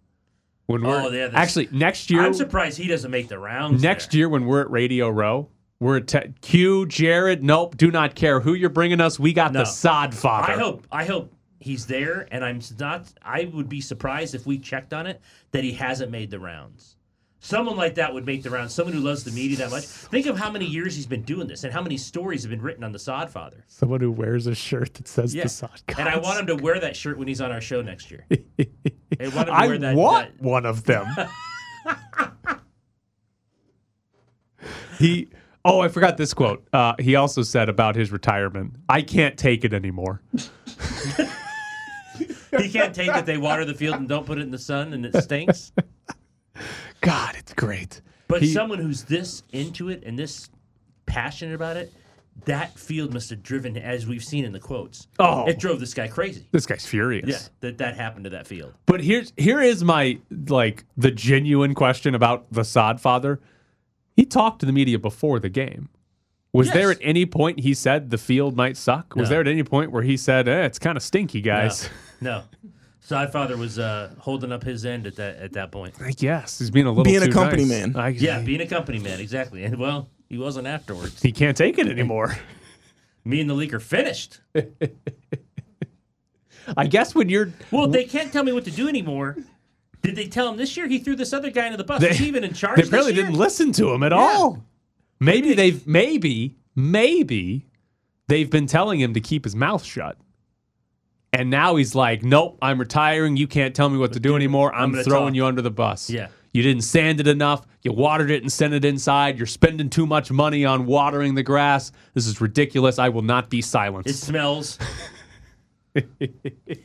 Speaker 4: When we're
Speaker 5: Oh, yeah, that's-
Speaker 4: actually next year
Speaker 5: I'm surprised he doesn't make the rounds.
Speaker 4: next year when we're at Radio Row, we're at te- Q Jared. Nope, do not care who you're bringing us. We got
Speaker 5: No.
Speaker 4: the sod father.
Speaker 5: I hope I hope he's there, and I'm s- not. I would be surprised if we checked on it that he hasn't made the rounds. Someone like that would make the rounds. Someone who loves the media that much. Think of how many years he's been doing this, and how many stories have been written on the Sod Father.
Speaker 4: someone who wears a shirt that says
Speaker 5: Yeah.
Speaker 4: the sod.
Speaker 5: And I want him to wear that shirt when he's on our show next year. I want him to
Speaker 4: I
Speaker 5: wear that.
Speaker 4: want
Speaker 5: that-
Speaker 4: one of them. he. Oh, I forgot this quote. Uh, he also said about his retirement. I can't take it anymore.
Speaker 5: he can't take that they water the field and don't put it in the sun and it stinks.
Speaker 4: God, it's great.
Speaker 5: But
Speaker 4: He-
Speaker 5: someone who's this into it and this passionate about it, that field must have driven, as we've seen in the quotes.
Speaker 4: Oh.
Speaker 5: it drove this guy crazy.
Speaker 4: This guy's furious.
Speaker 5: Yeah, that that happened to that field.
Speaker 4: But here's here is my like the genuine question about the sod father. He talked to the media before the game. Was
Speaker 5: Yes.
Speaker 4: there at any point he said the field might suck? Was
Speaker 5: No.
Speaker 4: there at any point where he said, eh, it's kind of stinky, guys?
Speaker 5: No, Sodfather was uh, holding up his end at that at that point.
Speaker 4: I guess he's being a little
Speaker 6: Being a
Speaker 4: too
Speaker 6: company
Speaker 4: nice.
Speaker 6: man.
Speaker 4: I-
Speaker 5: Yeah, being a company man, exactly. And well, he wasn't afterwards.
Speaker 4: he can't take it anymore.
Speaker 5: Me and the leak are finished.
Speaker 4: I guess when you're
Speaker 5: Well, they can't tell me what to do anymore. Did they tell him this year? He threw this other guy into the bus.
Speaker 4: They-
Speaker 5: Is he even in charge?
Speaker 4: they
Speaker 5: this
Speaker 4: apparently
Speaker 5: year?
Speaker 4: didn't listen to him at all. Maybe they've maybe maybe they've been telling him to keep his mouth shut. And now he's like, "Nope, I'm retiring. You can't tell me what to do anymore. I'm,
Speaker 5: gonna
Speaker 4: throwing
Speaker 5: talk."
Speaker 4: you under the bus."
Speaker 5: Yeah.
Speaker 4: You didn't sand it enough. You watered it and sent it inside. You're spending too much money on watering the grass. This is ridiculous. I will not be silenced.
Speaker 5: It smells.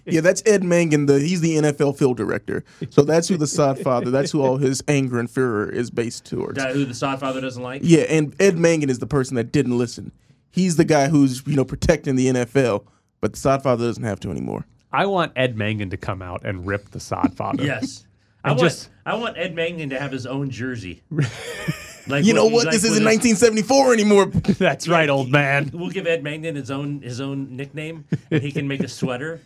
Speaker 6: Yeah, that's Ed Mangan. The he's the NFL field director. So that's who the sod father. That's who all his anger and furor is based towards.
Speaker 5: That who the Sodfather doesn't like.
Speaker 6: Yeah, and Ed Mangan is the person that didn't listen. He's the guy who's you know protecting the NFL, but the sod father doesn't have to anymore.
Speaker 4: I want Ed Mangan to come out and rip the sod father.
Speaker 5: Yes. I
Speaker 4: And
Speaker 5: want
Speaker 4: just-
Speaker 5: I want Ed Mangan to have his own jersey. Like
Speaker 6: You
Speaker 5: what
Speaker 6: know
Speaker 5: he-
Speaker 6: what?
Speaker 5: like
Speaker 6: this
Speaker 5: with
Speaker 6: isn't
Speaker 5: his-
Speaker 6: 1974 anymore.
Speaker 4: That's right, old man.
Speaker 5: We'll give Ed Mangan his own his own nickname, and he can make a sweater,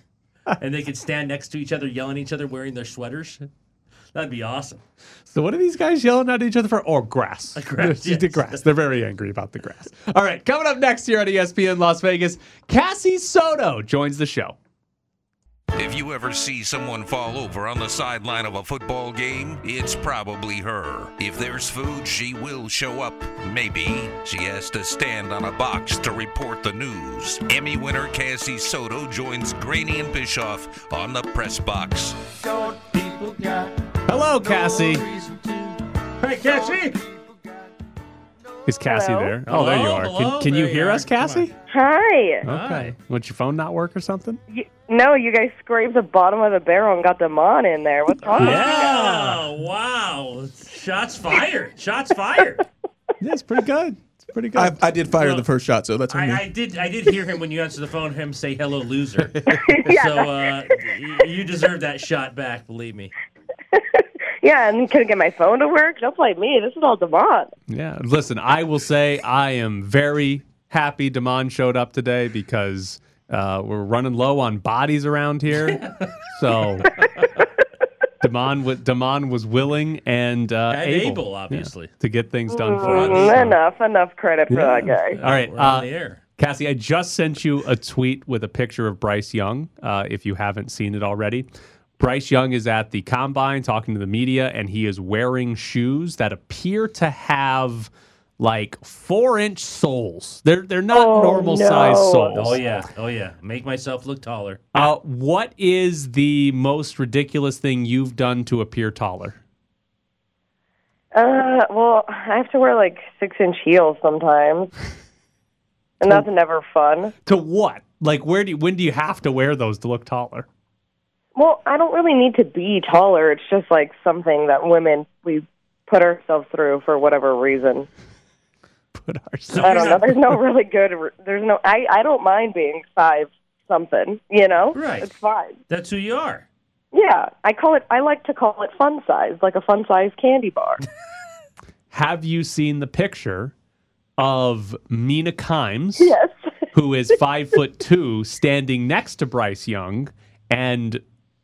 Speaker 5: and they could stand next to each other, yelling at each other, wearing their sweaters. That'd be awesome.
Speaker 4: So what are these guys yelling at each other for? Or grass.
Speaker 5: Grass,
Speaker 4: The
Speaker 5: yes.
Speaker 4: grass. They're very angry about the grass. All right, coming up next here on E ESPN Las Vegas, Cassie Soto joins the show.
Speaker 1: If you ever see someone fall over on the sideline of a football game, it's probably her. If there's food, she will show up. Maybe she has to stand on a box to report the news. Emmy winner Cassie Soto joins Graney and Bischoff on the press box.
Speaker 4: Hello, Cassie.
Speaker 5: Hey, Cassie!
Speaker 4: Is Cassie
Speaker 8: Hello?
Speaker 4: there? Oh, there you
Speaker 5: Hello,
Speaker 4: are.
Speaker 5: hello,
Speaker 4: can can you
Speaker 5: there you
Speaker 4: hear
Speaker 5: are.
Speaker 4: us, Cassie?
Speaker 8: Hi.
Speaker 5: Hi.
Speaker 4: Would your phone not work or something?
Speaker 8: You, no, you guys scraped the bottom of the barrel and got them on in there. What's wrong? with you guys?
Speaker 5: Oh, wow! Shots fired! Shots fired!
Speaker 4: Yeah, it's pretty good. It's pretty good.
Speaker 6: I, I did fire
Speaker 5: No.
Speaker 6: the first shot, so that's on me.
Speaker 5: I, I did. I did hear him when you answered the phone. Him say "Hello, loser."
Speaker 8: Yeah.
Speaker 5: So uh, y- you deserve that shot back. Believe me.
Speaker 8: Yeah, and couldn't get my phone to work. Don't blame me. This is all Demont.
Speaker 4: yeah. Listen, I will say I am very happy Damon showed up today because uh, we're running low on bodies around here. so Damon, wa- Damon was willing and, uh,
Speaker 5: And
Speaker 4: able,
Speaker 5: able,
Speaker 4: yeah,
Speaker 5: obviously.
Speaker 4: to get things done for us.
Speaker 8: Mm,
Speaker 4: So-
Speaker 8: enough, enough credit for that guy.
Speaker 4: All right.
Speaker 5: We're on
Speaker 4: uh,
Speaker 5: the air.
Speaker 4: Cassie, I just sent you a tweet with a picture of Bryce Young, uh, if you haven't seen it already. Bryce Young is at the combine talking to the media, and he is wearing shoes that appear to have like four inch soles. They're they're not
Speaker 8: Oh,
Speaker 4: normal size
Speaker 8: no.
Speaker 4: soles.
Speaker 5: Oh yeah. Oh yeah. Make myself look taller.
Speaker 4: Uh, what is the most ridiculous thing you've done to appear taller?
Speaker 8: Uh, well, I have to wear like six inch heels sometimes. and that's never fun.
Speaker 4: To what? Like, where do you, when do you have to wear those to look taller?
Speaker 8: Well, I don't really need to be taller. It's just like something that women we put ourselves through for whatever reason.
Speaker 4: Put
Speaker 8: I
Speaker 4: ourselves.
Speaker 8: don't know. There's no really good. re- There's no. I I don't mind being five something. You know,
Speaker 5: Right.
Speaker 8: It's fine.
Speaker 5: That's who you are.
Speaker 8: Yeah, I call it. I like to call it fun size, like a fun size candy bar.
Speaker 4: Have you seen the picture of Mina Kimes?
Speaker 8: yes.
Speaker 4: who is five foot two, standing next to Bryce Young, and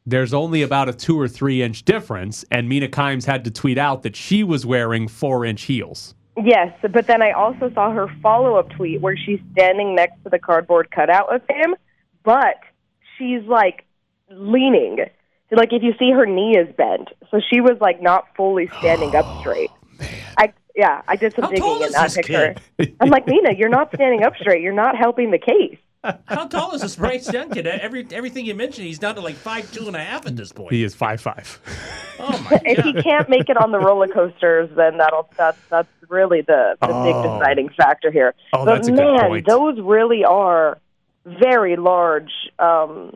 Speaker 4: there's only about a two or three inch difference. And Mina Kimes had to tweet out that she was wearing four inch heels.
Speaker 8: Yes, but then I also saw her follow up tweet where she's standing next to the cardboard cutout of him, but she's like leaning. Like if you see her knee is bent. So she was like not fully standing up straight. I yeah, I did some
Speaker 5: Oh, How
Speaker 8: digging
Speaker 5: tall
Speaker 8: in
Speaker 5: is
Speaker 8: that
Speaker 5: this
Speaker 8: picture. I'm like, Mina, you're not standing up straight. You're not helping the case.
Speaker 5: How tall is this Bryce Young kid? Every everything you mentioned, he's down to like five two and a half at this point.
Speaker 4: He is five five.
Speaker 5: Oh my
Speaker 8: If
Speaker 5: god!
Speaker 8: he can't make it on the roller coasters, then that'll that's that's really the, the big
Speaker 4: Oh.
Speaker 8: deciding factor here.
Speaker 4: Oh,
Speaker 8: but
Speaker 4: that's a good
Speaker 8: man,
Speaker 4: point.
Speaker 8: those really are very large. Um,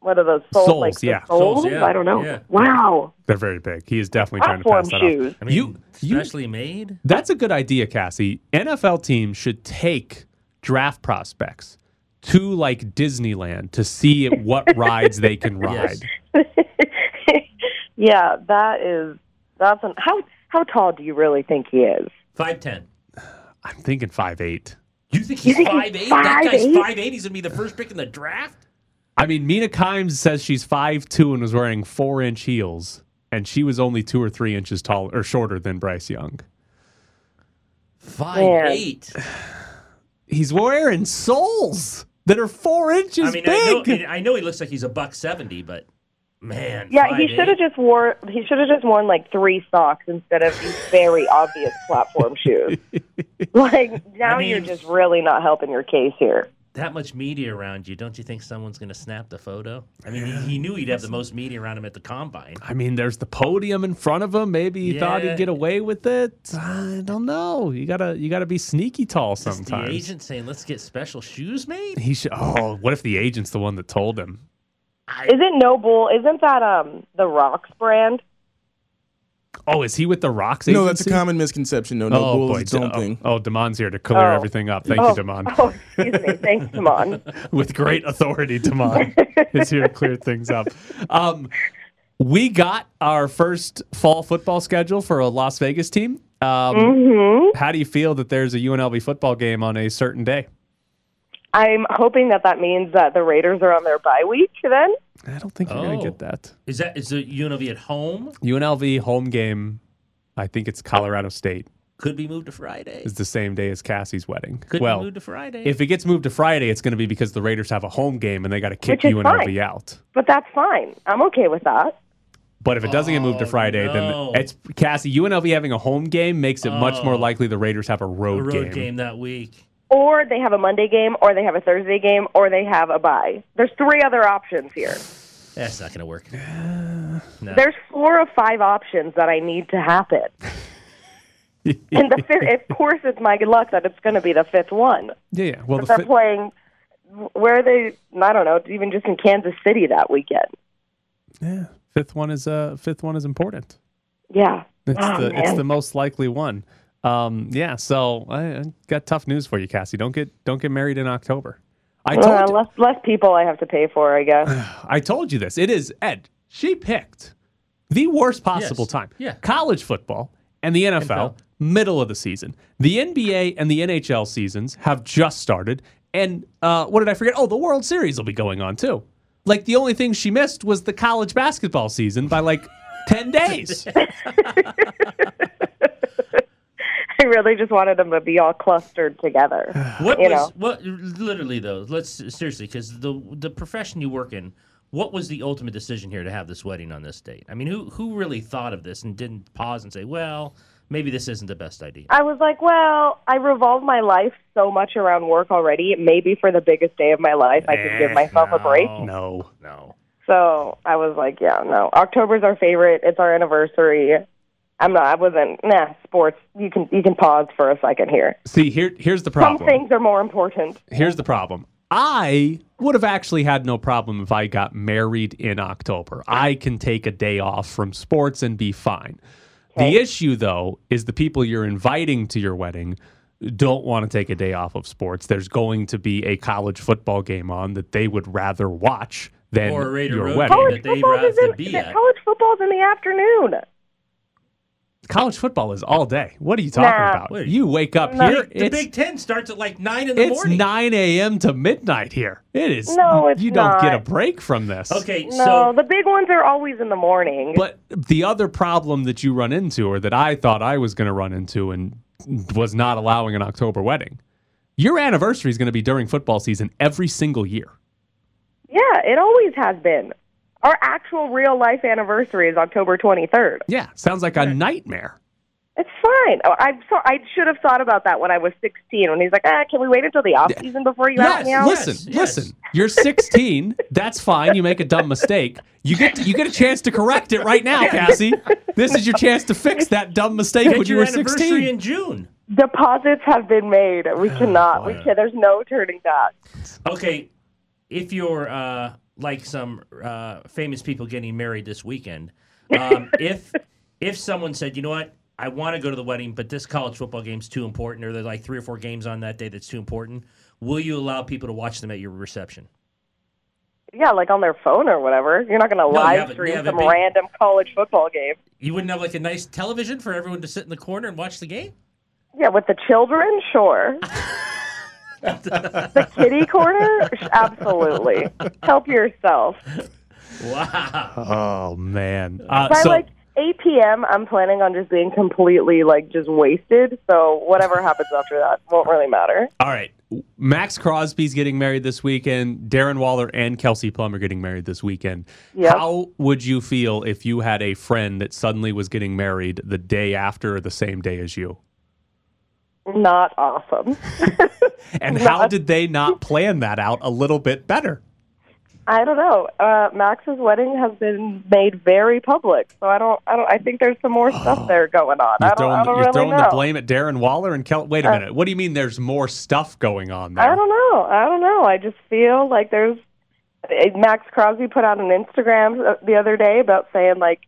Speaker 8: what are those soles?
Speaker 4: Soles,
Speaker 8: like the
Speaker 4: yeah.
Speaker 8: soles?
Speaker 5: Soles, yeah,
Speaker 8: I don't know.
Speaker 5: yeah.
Speaker 8: Wow,
Speaker 4: They're very big. He is definitely trying to
Speaker 8: platform
Speaker 4: pass that off.
Speaker 8: shoes.
Speaker 5: I mean,
Speaker 4: You- you-
Speaker 5: specially made.
Speaker 4: That's a good idea, Cassie. NFL teams should take draft prospects to like Disneyland to see at what rides they can ride.
Speaker 5: Yes.
Speaker 8: yeah, that is that's an how how tall do you really think he is?
Speaker 5: Five ten.
Speaker 4: I'm thinking five eight.
Speaker 5: You think he's
Speaker 8: think he's
Speaker 5: five eight? That guy's
Speaker 8: 5'8"?
Speaker 5: five eight. He's gonna be the first pick in the draft.
Speaker 4: I mean, Mina Kimes says she's five two and was wearing four inch heels, and she was only two or three inches taller or shorter than Bryce Young.
Speaker 5: Five
Speaker 8: Man.
Speaker 5: eight.
Speaker 4: He's wearing soles that are four inches
Speaker 5: I mean,
Speaker 4: big.
Speaker 5: I know, I know he looks like he's a buck seventy, but man,
Speaker 8: Yeah, he
Speaker 5: 5'8".
Speaker 8: should have just wore he should have just worn like three socks instead of these very obvious platform shoes. Like now
Speaker 5: I mean-
Speaker 8: you're just really not helping your case here.
Speaker 5: that much media around you. Don't you think someone's gonna snap the photo? I mean, he, he knew he'd have the most media around him at the combine.
Speaker 4: I mean, there's the podium in front of him. Maybe he thought
Speaker 5: Yeah.
Speaker 4: he'd get away with it. I don't know. You gotta you gotta be sneaky tall
Speaker 5: It's the
Speaker 4: sometimes.
Speaker 5: agent saying, "Let's get special shoes made."
Speaker 4: He should. Oh, what if the agent's the one that told him?
Speaker 8: Isn't Noble? Isn't that um the Rocks brand?
Speaker 4: Oh, is he with the Rocks agency?
Speaker 6: No, that's a common misconception. No, no
Speaker 4: oh
Speaker 6: bull
Speaker 4: boy.
Speaker 6: is its own
Speaker 4: oh,
Speaker 6: thing.
Speaker 4: oh, Damon's here to clear
Speaker 8: Oh.
Speaker 4: everything up. Thank
Speaker 8: oh,
Speaker 4: you, Damon.
Speaker 8: Oh, excuse me. Thanks, Damon.
Speaker 4: with great authority, Damon is here to clear things up. Um, we got our first fall football schedule for a Las Vegas team. Um,
Speaker 8: Mm-hmm.
Speaker 4: How do you feel that there's a UNLV football game on a certain day?
Speaker 8: I'm hoping that that means that the Raiders are on their bye week. Then
Speaker 4: I don't think you're going
Speaker 5: Oh.
Speaker 4: to get that.
Speaker 5: Is that is the UNLV at home?
Speaker 4: UNLV home game, I think it's Colorado State,
Speaker 5: Could be moved to Friday.
Speaker 4: is the same day as Cassie's wedding.
Speaker 5: Could be
Speaker 4: well,
Speaker 5: moved to Friday.
Speaker 4: if it gets moved to Friday, it's going to be because the Raiders have a home game and they got to kick
Speaker 8: Which is
Speaker 4: UNLV
Speaker 8: fine.
Speaker 4: out.
Speaker 8: but that's fine. I'm okay with that.
Speaker 4: But if it doesn't get moved to
Speaker 5: Oh,
Speaker 4: Friday,
Speaker 5: no.
Speaker 4: then it's Cassie. UNLV having a home game makes it much more
Speaker 5: Oh.
Speaker 4: likely the Raiders have a
Speaker 5: a
Speaker 4: road,
Speaker 5: road game.
Speaker 4: game.
Speaker 5: that week.
Speaker 8: Or they have a Monday game, or they have a Thursday game, or they have a bye. There's three other options here.
Speaker 5: That's not going to work.
Speaker 8: There's four or five options that I need to happen. and the fifth, of course, it's my good luck that it's going to be the fifth one.
Speaker 4: Yeah, yeah. Well, the
Speaker 8: They're
Speaker 4: fi-
Speaker 8: playing. Where are they? I don't know. Even just in Kansas City that weekend.
Speaker 4: yeah, fifth one is uh fifth one is important.
Speaker 8: Yeah.
Speaker 4: It's
Speaker 8: Oh,
Speaker 4: the it's
Speaker 8: man.
Speaker 4: the most likely one. Um, yeah. So I, I got tough news for you, Cassie. Don't get don't get married in October. I told
Speaker 8: Well, Uh, less less people I have to pay for, I guess.
Speaker 4: I told you this. It is Ed. She picked the worst possible
Speaker 5: Yes.
Speaker 4: time.
Speaker 5: Yeah.
Speaker 4: College football and the NFL,
Speaker 5: NFL.
Speaker 4: middle of the season. The NBA and the NHL seasons have just started. And uh, what did I forget? Oh, the World Series will be going on too. Like the only thing she missed was the college basketball season by like 10 days.
Speaker 8: I really just wanted them to be all clustered together.
Speaker 5: What was
Speaker 8: You know.
Speaker 5: what? Literally though, let's seriously because the the profession you work in. What was the ultimate decision here to have this wedding on this date? I mean, who who really thought of this and didn't pause and say, "Well, maybe this isn't the best idea."
Speaker 8: I was like, well, I revolve my life so much around work already. Maybe for the biggest day of my life, I could give myself a break.
Speaker 4: no.
Speaker 5: No.
Speaker 8: So I was like, yeah, no. October's our favorite. It's our anniversary. I'm not. I wasn't. Nah, sports. You can you can pause for a second here.
Speaker 4: See, here here's the
Speaker 8: Some
Speaker 4: problem.
Speaker 8: things are more important.
Speaker 4: Here's the problem. I would have actually had no problem if I got married in October. I can take a day off from sports and be fine.
Speaker 8: Okay.
Speaker 4: The issue, though, is the people you're inviting to your wedding don't want to take a day off of sports. There's going to be a college football game on that they would rather watch than
Speaker 5: Or a Raider
Speaker 4: your
Speaker 5: road game. that
Speaker 4: wedding.
Speaker 8: College
Speaker 5: they
Speaker 8: football's
Speaker 5: rise
Speaker 8: is in,
Speaker 5: to be
Speaker 8: that
Speaker 5: at.
Speaker 8: college football's in the afternoon.
Speaker 4: College football is all day. What are you talking
Speaker 8: Nah.
Speaker 4: about?
Speaker 5: Wait.
Speaker 4: You wake up
Speaker 8: Nah.
Speaker 4: here.
Speaker 5: The
Speaker 4: it's
Speaker 5: Big Ten starts at like nine in the
Speaker 4: it's
Speaker 5: morning.
Speaker 4: 9 a.m. to midnight here. It is.
Speaker 8: No, it's
Speaker 4: you don't get a
Speaker 8: not.
Speaker 4: break from this.
Speaker 5: Okay,
Speaker 8: No,
Speaker 5: so
Speaker 8: the big ones are always in the morning.
Speaker 4: But the other problem that you run into, or that I thought I was going to run into, and was not allowing an October wedding, your anniversary is going to be during football season every single year.
Speaker 8: yeah, it always has been. Our actual real life anniversary is October 23rd.
Speaker 4: Yeah, sounds like a nightmare.
Speaker 8: It's fine. Oh, I'm sorry. I should have thought about that when I was 16. When he's like, ah, can we wait until the off season before you ask me
Speaker 4: No,
Speaker 8: out?
Speaker 4: listen,
Speaker 5: Yes, yes.
Speaker 4: listen. You're 16. That's fine. You make a dumb mistake. You get you get a chance to correct it right now, Cassie. This is your chance to fix that dumb mistake when
Speaker 5: get
Speaker 4: you
Speaker 5: your
Speaker 4: were
Speaker 5: anniversary
Speaker 4: 16.
Speaker 5: in June.
Speaker 8: Deposits have been made. We
Speaker 5: Oh,
Speaker 8: cannot. we can. There's no turning back.
Speaker 5: Okay, if you're uh, like some uh, famous people getting married this weekend, um, if if someone said, you know what, I want to go to the wedding, but this college football game's too important, or there's like three or four games on that day that's too important, will you allow people to watch them at your reception?
Speaker 8: Yeah, like on their phone or whatever. You're not going to
Speaker 5: you
Speaker 8: live
Speaker 5: have a- you
Speaker 8: stream
Speaker 5: have a
Speaker 8: some
Speaker 5: big-
Speaker 8: random college football game.
Speaker 5: You wouldn't have like a nice television for everyone to sit in the corner and watch the game.
Speaker 8: Yeah, with the children, sure. the kitty corner, absolutely. Help yourself.
Speaker 5: Wow.
Speaker 4: Oh man. Uh,
Speaker 8: By
Speaker 4: so
Speaker 8: like 8 p.m., I'm planning on just being completely like just wasted. So whatever happens after that won't really matter.
Speaker 4: All right. Max Crosby's getting married this weekend. Darren Waller and Kelsey Plum are getting married this weekend.
Speaker 8: Yep.
Speaker 4: How would you feel if you had a friend that suddenly was getting married the day after or the same day as you?
Speaker 8: Not awesome.
Speaker 4: And how did they not plan that out a little bit better?
Speaker 8: I don't know. Uh, Max's wedding has been made very public, so I don't. I don't. I think there's some more stuff there going on. I
Speaker 4: You're
Speaker 8: don't.
Speaker 4: throwing,
Speaker 8: I
Speaker 4: the,
Speaker 8: don't
Speaker 4: you're
Speaker 8: really
Speaker 4: throwing
Speaker 8: know.
Speaker 4: the blame at Darren Waller and Kel. Wait a minute. What do you mean there's more stuff going on there?
Speaker 8: I don't know. I don't know. I just feel like there's eh, Max Crosby put out an Instagram uh, the other day about saying like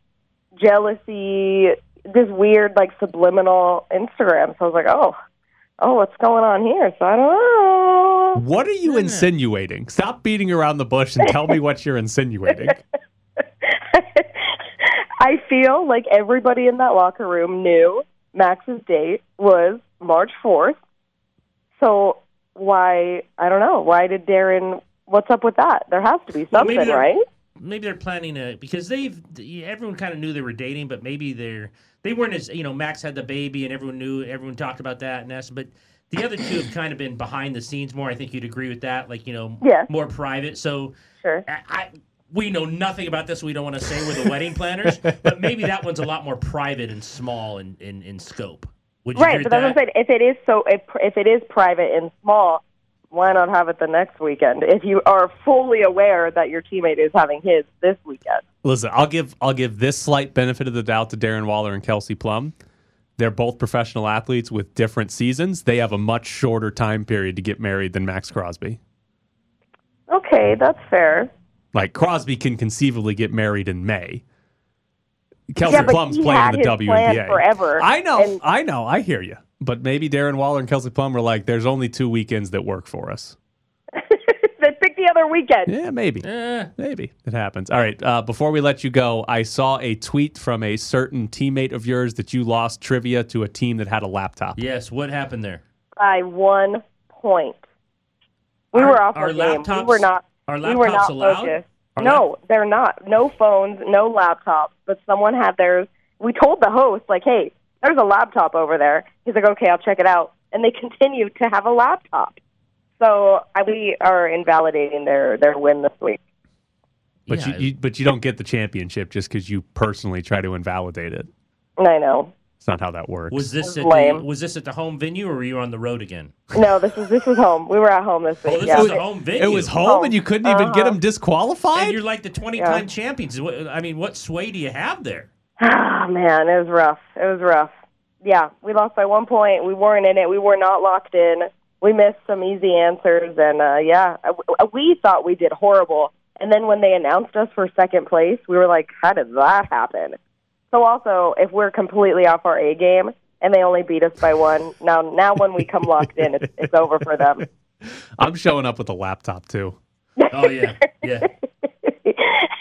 Speaker 8: jealousy, this weird like subliminal Instagram. So I was like, oh, oh, what's going on here? So I don't know.
Speaker 4: What are you insinuating? Stop beating around the bush and tell me what you're insinuating.
Speaker 8: I feel like everybody in that locker room knew Max's date was March 4th. So why, I don't know, why did Darren, what's up with that? There has to be
Speaker 5: Well, maybe
Speaker 8: something,
Speaker 5: they're-
Speaker 8: right?
Speaker 5: Maybe they're planning to because they've everyone kind of knew they were dating, but maybe they're they weren't as you know Max had the baby and everyone knew everyone talked about that and that's but the other two have kind of been behind the scenes more. I think you'd agree with that, like you know,
Speaker 8: Yeah.
Speaker 5: more private. So
Speaker 8: Sure.
Speaker 5: I, I we know nothing about this. We don't want to say we're the wedding planners, but maybe that one's a lot more private and small in in, in scope. Would you
Speaker 8: Right,
Speaker 5: agree
Speaker 8: but
Speaker 5: with
Speaker 8: that's what I'm
Speaker 5: that?
Speaker 8: saying. If it is so, if, if it is private and small, why not have it the next weekend? If you are fully aware that your teammate is having his this weekend,
Speaker 4: Listen, I'll give I'll give this slight benefit of the doubt to Darren Waller and Kelsey Plum. They're both professional athletes with different seasons. They have a much shorter time period to get married than Max Crosby.
Speaker 8: okay, that's fair.
Speaker 4: Like Crosby can conceivably get married in May. Kelsey
Speaker 8: Yeah, but
Speaker 4: Plum's
Speaker 8: he
Speaker 4: playing
Speaker 8: had
Speaker 4: in the
Speaker 8: his plan
Speaker 4: WNBA
Speaker 8: forever,
Speaker 4: I know,
Speaker 8: and-
Speaker 4: I know, I hear you. But maybe Darren Waller and Kelsey Plum were like, "There's only two weekends that work for us."
Speaker 8: then pick the other weekend.
Speaker 4: Yeah, maybe.
Speaker 5: Eh.
Speaker 4: Maybe it happens. All right. Uh, before we let you go, I saw a tweet from a certain teammate of yours that you lost trivia to a team that had a laptop.
Speaker 5: Yes. What happened there?
Speaker 8: by one point. We
Speaker 5: Our-
Speaker 8: were off
Speaker 5: our
Speaker 8: our, game. We
Speaker 5: laptops-
Speaker 8: were not.
Speaker 5: our
Speaker 8: we were
Speaker 5: laptops
Speaker 8: not
Speaker 5: allowed?
Speaker 8: focused.
Speaker 5: Our
Speaker 8: no, they're not. No phones, no laptops. But someone had theirs. We told the host, like, "Hey, there's a laptop over there." He's like, "Okay, I'll check it out." And they continued to have a laptop. So I, we are invalidating their their win this week.
Speaker 4: But
Speaker 5: Yeah.
Speaker 4: you, you but you don't get the championship just because you personally try to invalidate it.
Speaker 8: And I know.
Speaker 4: It's not how that works.
Speaker 5: was this at the,
Speaker 8: Lame.
Speaker 5: was this at the home venue or were you on the road again?
Speaker 8: No, this is this was home. We were at home this week.
Speaker 5: Oh, this
Speaker 8: yeah.
Speaker 5: was the home venue.
Speaker 4: it was home, and you couldn't even get them
Speaker 8: Uh-huh.
Speaker 4: disqualified.
Speaker 5: And you're like the 20 time champions. What- I mean, what sway do you have there?
Speaker 8: Ah, man, it was rough. It was rough. Yeah, we lost by one point. We weren't in it. We were not locked in. We missed some easy answers, and uh, yeah, uh, we thought we did horrible. And then when they announced us for second place, we were like, "How did that happen?" So also, if we're completely off our A game and they only beat us by one, now now when we come locked in, it's, it's over for them.
Speaker 4: I'm showing up with a laptop too.
Speaker 5: Oh yeah, yeah.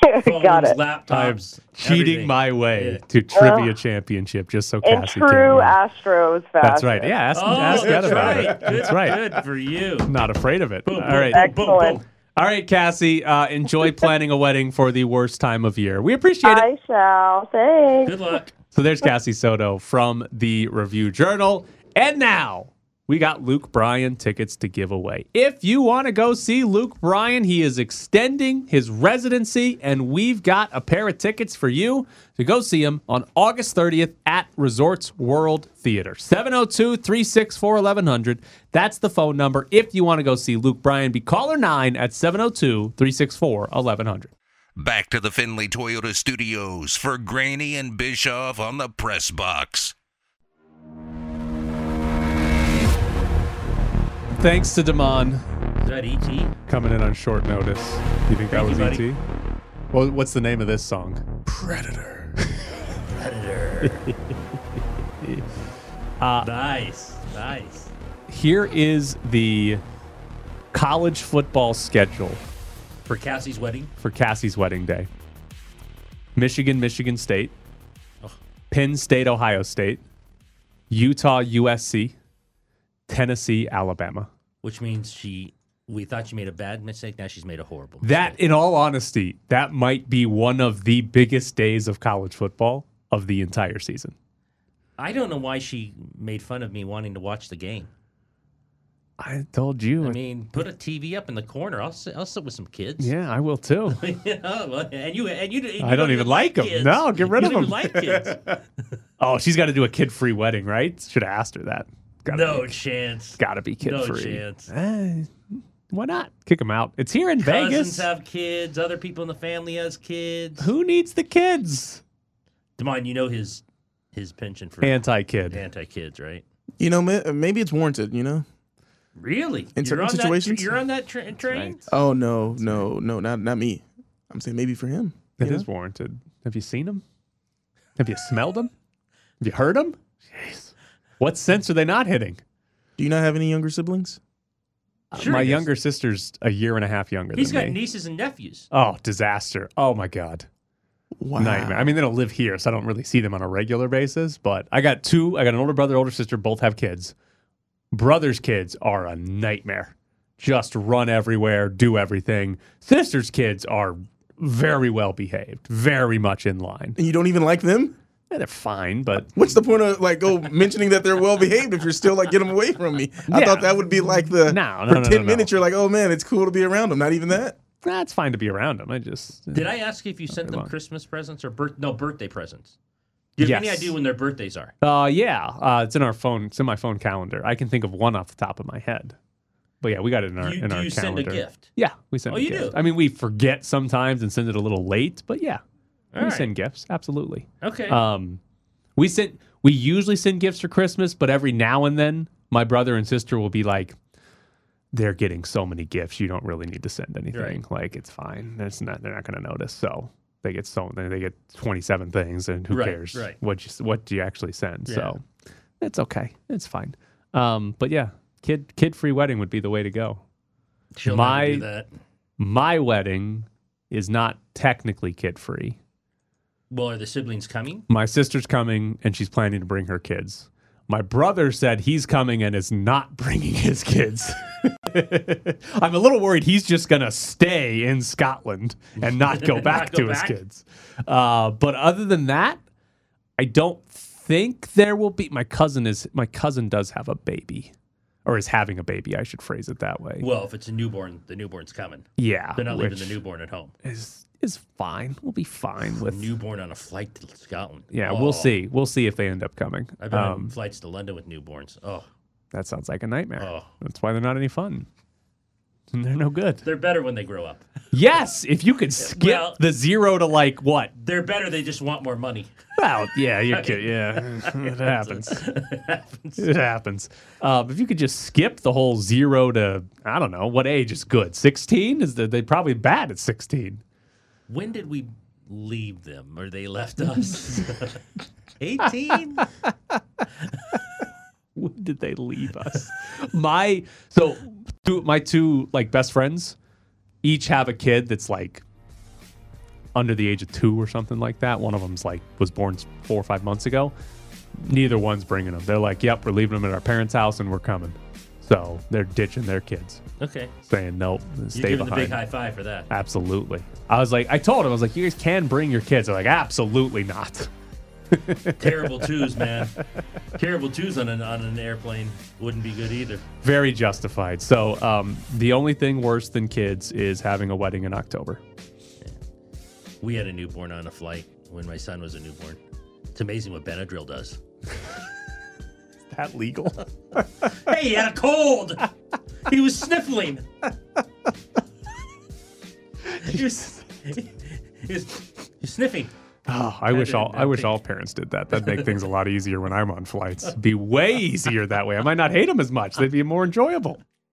Speaker 5: Phones,
Speaker 8: Got it.
Speaker 4: I'm
Speaker 5: laptops,
Speaker 4: cheating
Speaker 5: everything.
Speaker 4: my way
Speaker 5: Yeah.
Speaker 4: to trivia championship just so
Speaker 8: In
Speaker 4: Cassie can.
Speaker 8: true
Speaker 4: win.
Speaker 8: Astros fashion.
Speaker 4: That's right. Yeah, ask,
Speaker 5: Oh,
Speaker 4: ask that
Speaker 5: that's
Speaker 4: about
Speaker 5: right.
Speaker 4: it.
Speaker 5: Good,
Speaker 4: That's right.
Speaker 5: Good for you.
Speaker 4: Not afraid of it.
Speaker 5: Boom,
Speaker 4: All
Speaker 5: boom, boom,
Speaker 4: right.
Speaker 5: boom,
Speaker 8: Excellent.
Speaker 5: boom.
Speaker 4: All right, Cassie. Uh, enjoy planning a wedding for the worst time of year. We appreciate it.
Speaker 8: I shall. Thanks.
Speaker 5: Good luck.
Speaker 4: So there's Cassie Soto from the Review Journal. And now we got Luke Bryan tickets to give away. If you want to go see Luke Bryan, he is extending his residency, and we've got a pair of tickets for you to go see him on August 30th at Resorts World Theater. 702 364 1100. That's the phone number. If you want to go see Luke Bryan, be caller 9 at 702 364 1100.
Speaker 1: Back to the Finley Toyota Studios for Granny and Bischoff on the press box.
Speaker 4: Thanks to Damon.
Speaker 5: Is that E ET?
Speaker 4: coming in on short notice. You think that
Speaker 5: Thank
Speaker 4: was
Speaker 5: you,
Speaker 4: ET? Well, what's the name of this song? Predator. Uh,
Speaker 5: nice, nice.
Speaker 4: Here is the college football schedule
Speaker 5: For Cassie's wedding.
Speaker 4: for Cassie's wedding day. Michigan, Michigan State, Penn State, Ohio State, Utah, USC, Tennessee, Alabama.
Speaker 5: which means she we thought she made a bad mistake now she's made a horrible
Speaker 4: That,
Speaker 5: mistake.
Speaker 4: in all honesty, that might be one of the biggest days of college football of the entire season.
Speaker 5: i don't know why she made fun of me wanting to watch the game
Speaker 4: I told you.
Speaker 5: i mean put a tv up in the corner i'll sit, I'll sit with some kids
Speaker 4: yeah, I will too.
Speaker 5: You know, and you and you, and you
Speaker 4: I don't even like 'em.
Speaker 5: kids.
Speaker 4: No, get rid
Speaker 5: You don't even
Speaker 4: of 'em.
Speaker 5: like kids
Speaker 4: Oh, she's got to do a kid free wedding, right? Should have asked her that. Gotta
Speaker 5: no
Speaker 4: be,
Speaker 5: chance
Speaker 4: gotta be kid
Speaker 5: no
Speaker 4: free.
Speaker 5: chance.
Speaker 4: why not? Kick them out. It's here in
Speaker 5: cousins
Speaker 4: Vegas.
Speaker 5: have kids other people in the family has kids
Speaker 4: Who needs the kids?
Speaker 5: Demond, you know his his penchant for
Speaker 4: Anti kid.
Speaker 5: anti-kids right
Speaker 6: You know, ma- maybe it's warranted. You know.
Speaker 5: really you're
Speaker 6: In certain
Speaker 5: on that-
Speaker 6: situations?
Speaker 5: you're on that tra- train
Speaker 6: Oh no, no, no, not not me. I'm saying maybe for him.
Speaker 4: It is warranted. Have you seen them? Have you smelled them? Have you heard them? Jeez. What sense are they not hitting?
Speaker 6: Do you not have any younger siblings?
Speaker 5: Sure
Speaker 4: Uh, My
Speaker 5: he does.
Speaker 4: younger sister's a year and a half younger
Speaker 5: he's
Speaker 4: than
Speaker 5: got
Speaker 4: me.
Speaker 5: nieces and nephews
Speaker 4: oh, disaster. Oh, my God.
Speaker 6: Wow.
Speaker 4: nightmare. I mean, they don't live here, so I don't really see them on a regular basis. But I got two. I got an older brother, older sister. Both have kids. Brother's kids are a nightmare. Just run everywhere, do everything. Sister's kids are very well behaved, very much in line.
Speaker 6: And you don't even like them?
Speaker 4: Yeah, they're fine, but
Speaker 6: What's the point of like oh mentioning that they're well behaved if you're still like get them away from me? I
Speaker 4: Yeah.
Speaker 6: thought that would be like the
Speaker 4: No, no,
Speaker 6: for
Speaker 4: no, no,
Speaker 6: ten
Speaker 4: no.
Speaker 6: minutes you're like oh man it's cool to be around them. Not even that.
Speaker 4: that's fine to be around them. I just
Speaker 5: Did I ask if you sent them
Speaker 4: long.
Speaker 5: Christmas presents or birth? No, birthday presents. Do you have any
Speaker 4: Yes.
Speaker 5: idea when their birthdays are?
Speaker 4: Uh, yeah, uh, it's in our phone. It's in my phone calendar. I can think of one off the top of my head. But yeah, we got it in our
Speaker 5: You-
Speaker 4: in
Speaker 5: do
Speaker 4: our
Speaker 5: you send
Speaker 4: calendar.
Speaker 5: a gift?
Speaker 4: Yeah, we send.
Speaker 5: Oh,
Speaker 4: a
Speaker 5: you
Speaker 4: gift.
Speaker 5: do?
Speaker 4: I mean, we forget sometimes and send it a little late. But yeah, we
Speaker 5: Alright.
Speaker 4: send gifts. Absolutely.
Speaker 5: Okay.
Speaker 4: Um, we send. We usually send gifts for Christmas, but every now and then, my brother and sister will be like, "They're getting so many gifts. You don't really need to send anything. Like it's fine. That's not. They're not going to notice." So. They get so they get twenty seven things, and who
Speaker 5: Right,
Speaker 4: cares
Speaker 5: right.
Speaker 4: what you what do you actually send?
Speaker 5: Yeah.
Speaker 4: So it's okay, it's fine. Um, but yeah, kid kid free wedding would be the way to go.
Speaker 5: She'll
Speaker 4: my-
Speaker 5: never do that.
Speaker 4: My wedding is not technically kid free.
Speaker 5: Well, are the siblings coming?
Speaker 4: My sister's coming and she's planning to bring her kids. My brother said he's coming and is not bringing his kids. I'm a little worried he's just going to stay in Scotland and not go
Speaker 5: Not
Speaker 4: back
Speaker 5: go
Speaker 4: to
Speaker 5: back?
Speaker 4: his kids. Uh, but other than that, I don't think there will be. My cousin is my cousin does have a baby, or is having a baby. I should phrase it that way.
Speaker 5: Well, if it's a newborn, the newborn's coming.
Speaker 4: yeah,
Speaker 5: They're not leaving the
Speaker 4: which
Speaker 5: newborn at home.
Speaker 4: is is fine. We'll be fine with.
Speaker 5: Newborn on a flight to Scotland.
Speaker 4: yeah,
Speaker 5: Oh,
Speaker 4: we'll see. We'll see if they end up coming.
Speaker 5: I've been on
Speaker 4: Um,
Speaker 5: flights to London with newborns. Oh,
Speaker 4: That sounds like a nightmare.
Speaker 5: Oh.
Speaker 4: That's why they're not any fun. and they're no good.
Speaker 5: They're better when they grow up.
Speaker 4: Yes, if you could skip
Speaker 5: Well-
Speaker 4: the zero to like what?
Speaker 5: They're better. They just want more money.
Speaker 4: Well, yeah, you're kidding. Yeah, it happens. It happens. Um, if you could just skip the whole zero to I don't know what age is good. Sixteen is the, they probably bad at sixteen.
Speaker 5: When did we leave them, or they left us? Eighteen.
Speaker 4: when did they leave us? my so two, my two like best friends each have a kid that's like under the age of two or something like that. One of them's like was born s- four or five months ago. Neither one's bringing them. They're like, "Yep, we're leaving them at our parents' house and we're coming." So they're ditching their kids,
Speaker 5: Okay.
Speaker 4: saying, "Nope,
Speaker 5: You
Speaker 4: stay
Speaker 5: give them the big
Speaker 4: behind."
Speaker 5: high five for that.
Speaker 4: Absolutely. I was like, I told him, I was like, "You guys can bring your kids." They're like, "Absolutely not."
Speaker 5: Terrible twos, man. Terrible twos on an on an airplane wouldn't be good either.
Speaker 4: Very justified. So um, the only thing worse than kids is having a wedding in October.
Speaker 5: We had a newborn on a flight when my son was a newborn. It's amazing what Benadryl does.
Speaker 4: that legal?
Speaker 5: Hey, he had a cold. He was sniffling. he was, he was- he was sniffing.
Speaker 4: Oh, I wish all I wish
Speaker 5: think-
Speaker 4: all parents did that. That'd make things a lot easier when I'm on flights. Be way easier that way. I might not hate them as much. They'd be more enjoyable.